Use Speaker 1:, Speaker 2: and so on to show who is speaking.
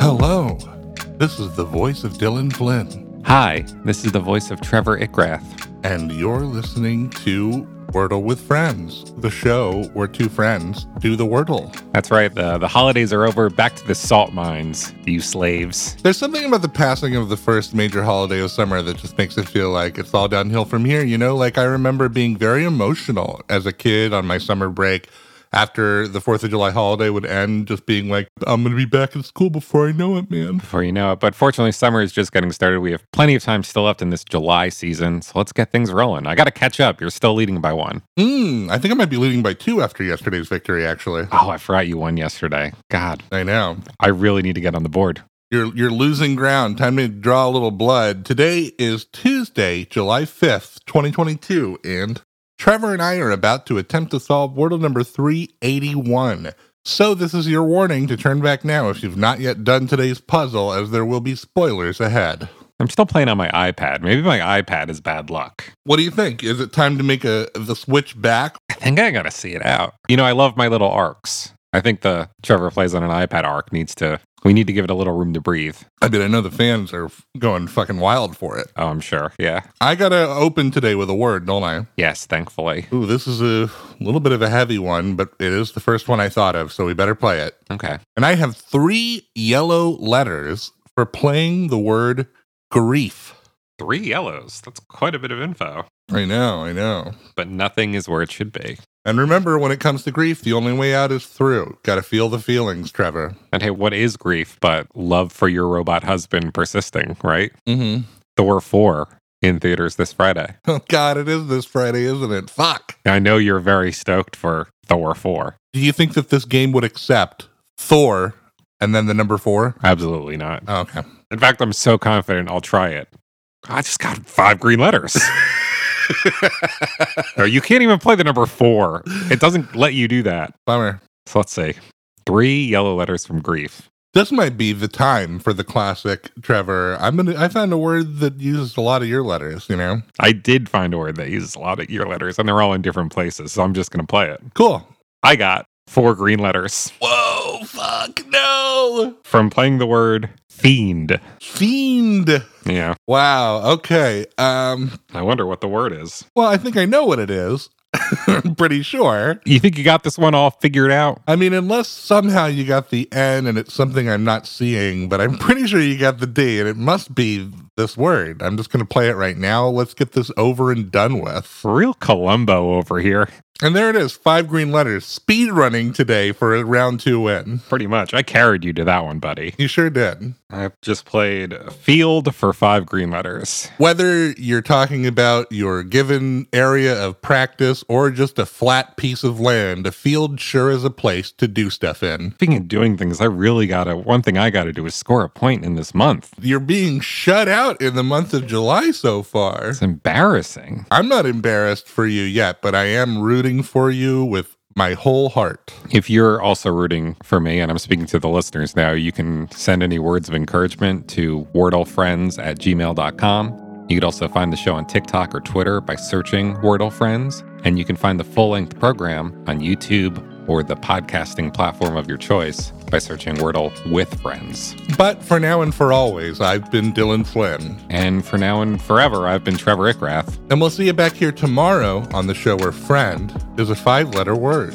Speaker 1: Hello. This is the voice of Dylan Flynn,
Speaker 2: Hi, this is the voice of Trevor Ickrath.
Speaker 1: and you're listening to Wordle with Friends, the show where two friends do the Wordle.
Speaker 2: That's right, the, the holidays are over. Back to the salt mines, you slaves.
Speaker 1: There's something about the passing of the first major holiday of summer that just makes it feel like it's all downhill from here. You know, like I remember being very emotional as a kid on my summer break after the 4th of July holiday would end, just being like, I'm going to be back in school before I know it, man.
Speaker 2: Before you know it, but fortunately, summer is just getting started. We have plenty of time still left in this July season, so let's get things rolling. I got to catch up. You're still leading by one.
Speaker 1: Mm, I think I might be leading by two after yesterday's victory, actually.
Speaker 2: Oh, I forgot you won yesterday. God,
Speaker 1: I know.
Speaker 2: I really need to get on the board.
Speaker 1: You're you're losing ground. Time to draw a little blood. Today is Tuesday, July 5th, 2022, and Trevor and I are about to attempt to solve Wordle number 381. So this is your warning to turn back now if you've not yet done today's puzzle as there will be spoilers ahead.
Speaker 2: I'm still playing on my iPad. Maybe my iPad is bad luck.
Speaker 1: What do you think? Is it time to make a the switch back?
Speaker 2: I think I gotta see it out. You know, I love my little arcs. I think the Trevor plays on an iPad arc needs to. We need to give it a little room to breathe.
Speaker 1: I mean, I know the fans are f- going fucking wild for it.
Speaker 2: Oh, I'm sure. Yeah.
Speaker 1: I got to open today with a word, don't I?
Speaker 2: Yes, thankfully.
Speaker 1: Ooh, this is a little bit of a heavy one, but it is the first one I thought of, so we better play it.
Speaker 2: Okay.
Speaker 1: And I have three yellow letters for playing the word grief.
Speaker 2: Three yellows. That's quite a bit of info,
Speaker 1: I know, I know.
Speaker 2: but nothing is where it should be.
Speaker 1: And remember, when it comes to grief, the only way out is through. Got to feel the feelings, Trevor.
Speaker 2: And hey, what is grief but love for your robot husband persisting, right?
Speaker 1: Mm-hmm.
Speaker 2: Thor 4 in theaters this Friday.
Speaker 1: Oh, God, it is this Friday, isn't it? Fuck.
Speaker 2: I know you're very stoked for Thor 4.
Speaker 1: Do you think that this game would accept Thor and then the number four?
Speaker 2: Absolutely not.
Speaker 1: Oh, okay.
Speaker 2: In fact, I'm so confident I'll try it. I just got five green letters. No, you can't even play the number four. It doesn't let you do that.
Speaker 1: Bummer.
Speaker 2: So let's see. Three yellow letters from grief.
Speaker 1: This might be the time for the classic, Trevor. I'm gonna. I found a word that uses a lot of your letters. You know,
Speaker 2: I did find a word that uses a lot of your letters, and they're all in different places, so I'm just going to play it.
Speaker 1: cool.
Speaker 2: I got four green letters
Speaker 1: Whoa! Fuck no!
Speaker 2: from playing the word fiend.
Speaker 1: Fiend.
Speaker 2: Yeah,
Speaker 1: Wow. Okay. Um.
Speaker 2: I wonder what the word is.
Speaker 1: Well, I think I know what it is. I'm pretty sure.
Speaker 2: You think you got this one all figured out?
Speaker 1: I mean, unless somehow you got the N and it's something I'm not seeing, but I'm pretty sure you got the D, and it must be this word. I'm just going to play it right now. Let's get this over and done with.
Speaker 2: Real Columbo over here.
Speaker 1: And there it is. Five green letters. Speed running today for a round two win.
Speaker 2: Pretty much. I carried you to that one, buddy.
Speaker 1: You sure did.
Speaker 2: I just played field for five green letters.
Speaker 1: Whether you're talking about your given area of practice or just a flat piece of land, a field sure is a place to do stuff in.
Speaker 2: Speaking of doing things, I really gotta. One thing I gotta do is score a point in this month.
Speaker 1: You're being shut out in the month of July so far.
Speaker 2: It's embarrassing.
Speaker 1: I'm not embarrassed for you yet, but I am rooting for you with my whole heart.
Speaker 2: If you're also rooting for me, and I'm speaking to the listeners now, you can send any words of encouragement to wordlefriends at gmail.com. You could also find the show on TikTok or Twitter by searching Wordle Friends, and you can find the full length program on YouTube or the podcasting platform of your choice by searching Wordle with Friends.
Speaker 1: But for now and for always, I've been Dylan Flynn,
Speaker 2: And for now and forever, I've been Trevor Ickrath.
Speaker 1: and we'll see you back here tomorrow on the show where friend is a five letter word.